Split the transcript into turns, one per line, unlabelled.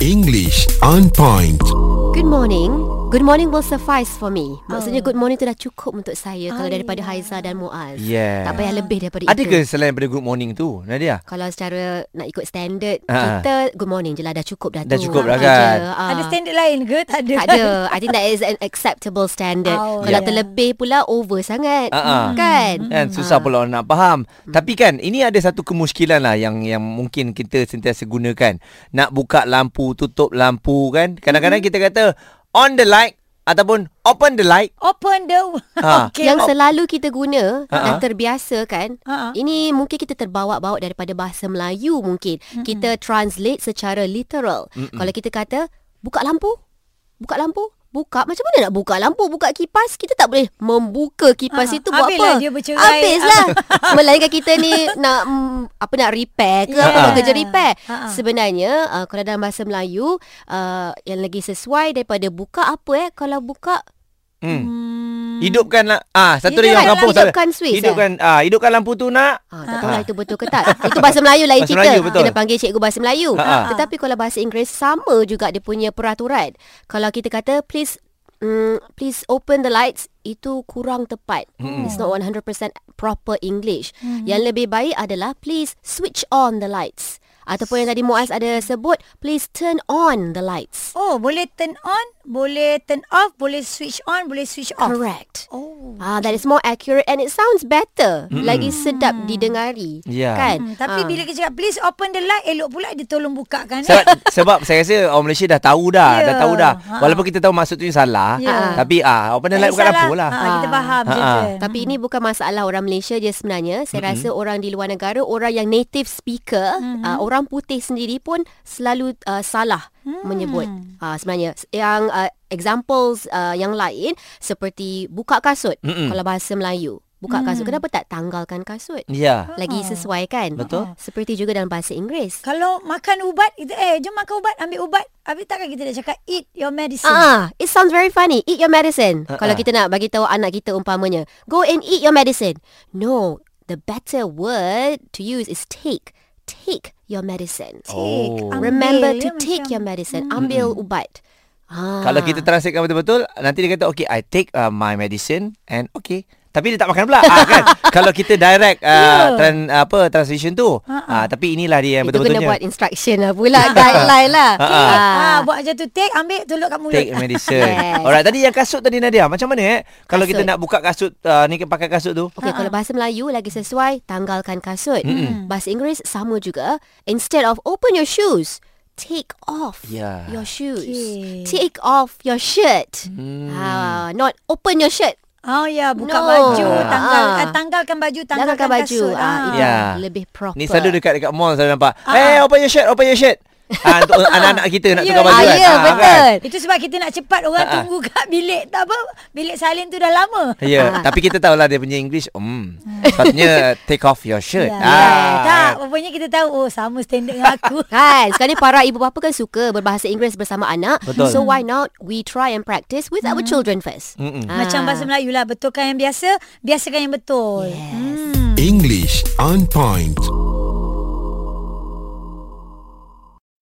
English on point.
Good morning. Good morning will suffice for me.
Ah.
Maksudnya good morning tu dah cukup untuk saya kalau
ya.
daripada Haiza dan Muaz.
Yeah.
Tak payah lebih daripada
Ya. Ada
itu.
ke selain daripada good morning tu Nadia?
Kalau secara nak ikut standard
Ah.
kita good morning je lah dah cukup dah
Dah
tu.
cukup dah
Itu
kan?
je. Ah.
Ada standard lain ke? Tak ada.
Tak ada. I think that is an acceptable standard.
Oh, Hmm.
Kalau
yeah.
terlebih pula over sangat.
Ah, ah.
Kan?
Kan susah pula orang nak faham. Tapi kan ini ada satu kemuskilan lah yang yang mungkin kita sentiasa gunakan. Nak buka lampu, tutup lampu kan. Kadang-kadang kita kata on the light ataupun open the light.
Open the...
Ha.
Okay. oh.
Yang selalu kita guna dan
Ah, ah.
terbiasa kan.
Ah, ah.
Ini mungkin kita terbawa-bawa daripada bahasa Melayu mungkin. Kita translate secara literal. Kalau kita kata buka lampu, buka lampu, buka macam mana nak buka lampu, buka kipas, kita tak boleh membuka kipas
Ah,
itu buat
habislah
apa?
dia bercerai.
Habislah. Melainkan kita ni nak mm, apa nak repair ke
Yeah.
apa kerja repair.
Ah, ah.
Sebenarnya uh, kalau dalam bahasa Melayu uh, yang lagi sesuai daripada buka apa eh kalau buka
Hmm. Hidupkan lah. Ah, satu
Hidupkan-
lagi orang kampung sana.
hidupkan switch, eh?
Hidupkan ah, hidupkan lampu tu nak.
Ah, tak tahu lah itu betul ke tak. Itu bahasa Melayu lain
Ha. Bahasa
cerita.
Melayu, betul.
Kena panggil cikgu bahasa Melayu.
Ha, ha.
Tetapi kalau bahasa Inggeris sama juga dia punya peraturan. Kalau kita kata please mm, please open the lights itu kurang tepat.
Hmm.
It's not 100% proper English.
Hmm.
Yang lebih baik adalah please switch on the lights. Ataupun yang tadi Muaz ada sebut please turn on the lights.
Oh, boleh turn on, boleh turn off, boleh switch on, boleh switch off.
Correct.
Oh.
Ah, that is more accurate and it sounds better. Lagi sedap didengari.
Hmm. Ya.
Kan?
Hmm, tapi
Ah.
bila kita cakap, please open the light, elok pula dia tolong buka kan.
Sebab, sebab saya rasa orang Malaysia dah tahu dah,
Ya.
dah tahu dah.
Ha.
Walaupun kita tahu maksud tu salah,
Ha,
Ya.
tapi ah open the light bukan lampu lah.
Ha, kita faham ha, je.
Ah, ah.
tu.
Tapi ini bukan masalah orang Malaysia je sebenarnya. Saya mm-hmm. rasa orang di luar negara, orang yang native speaker, mm-hmm. uh, orang putih sendiri pun selalu uh, salah mm. menyebut. Uh, sebenarnya yang uh, examples uh, yang lain seperti buka kasut mm-hmm. kalau bahasa Melayu. Buka mm. kasut kenapa tak tanggalkan kasut?
Ya.
Lagi sesuai kan?
Betul.
Seperti juga dalam bahasa Inggeris.
Kalau makan ubat, kita, eh, jom makan ubat, ambil ubat. Habis takkan kita dah cakap, eat your medicine.
Ah, it sounds very funny. Eat your medicine.
Ah,
Kalau
ah.
kita nak bagi tahu anak kita umpamanya, go and eat your medicine. No, the better word to use is take. Take your medicine.
Take,
Oh.
ambil.
Remember to take
Dia macam- hmm.
your medicine. Ambil ubat. Ah.
Kalau kita translatekan betul-betul Nanti dia kata Okay I take uh, my medicine And okay Tapi dia tak makan pula ah, kan? Kalau kita direct uh, tran, apa Translation tu ah, Tapi inilah dia
Ya. Ha, Itu
yang
kena
betul-betulnya
buat instruction lah pula Guideline lah
Ah,
ah.
Ah, buat macam tu take ambil tolak kat mulut.
Take medicine
Yes.
Alright tadi yang kasut tadi Nadia Macam mana eh Kalau kita
Kasut.
nak buka kasut uh, Ni pakai kasut tu
Okay, kalau bahasa Melayu lagi sesuai tanggalkan kasut.
Hmm.
Bahasa Inggris sama juga. Instead of open your shoes, take off
Yeah.
your shoes.
Okay.
Take off your shirt.
Hmm.
Ah, not open your shirt.
Oh ya, buka
No.
baju, tanggal
Ah.
ah. tanggalkan baju,
Tanggalkan
tanggalkan
baju.
kasut.
Ah, itu
Yeah.
lebih proper.
Ya. Ni selalu dekat dekat mall Saya nampak Hey open your shirt Open your shirt ah, Untuk anak-anak kita Nak
Ya.
tukar baju
Ah,
kan
Ah, ya,
Ah,
betul.
kan?
Itu sebab kita nak cepat orang
Ah, ah.
tunggu kat bilik tak apa. Bilik salin tu dah lama.
Ya,
Ah.
yeah, tapi kita tahulah dia punya English. Hmm. Sepatutnya take off your shirt. Ah,
Ya. tak, rupanya kita tahu oh sama standard dengan aku.
Kan Sekarang ni para ibu bapa kan suka Berbahasa Inggris bersama anak
Betul.
So why not We try and practice With our children first
Mm-mm.
Ah.
Hmm. Macam bahasa Melayu lah, betulkan yang biasa, biasakan yang betul.
Yes.
English on point.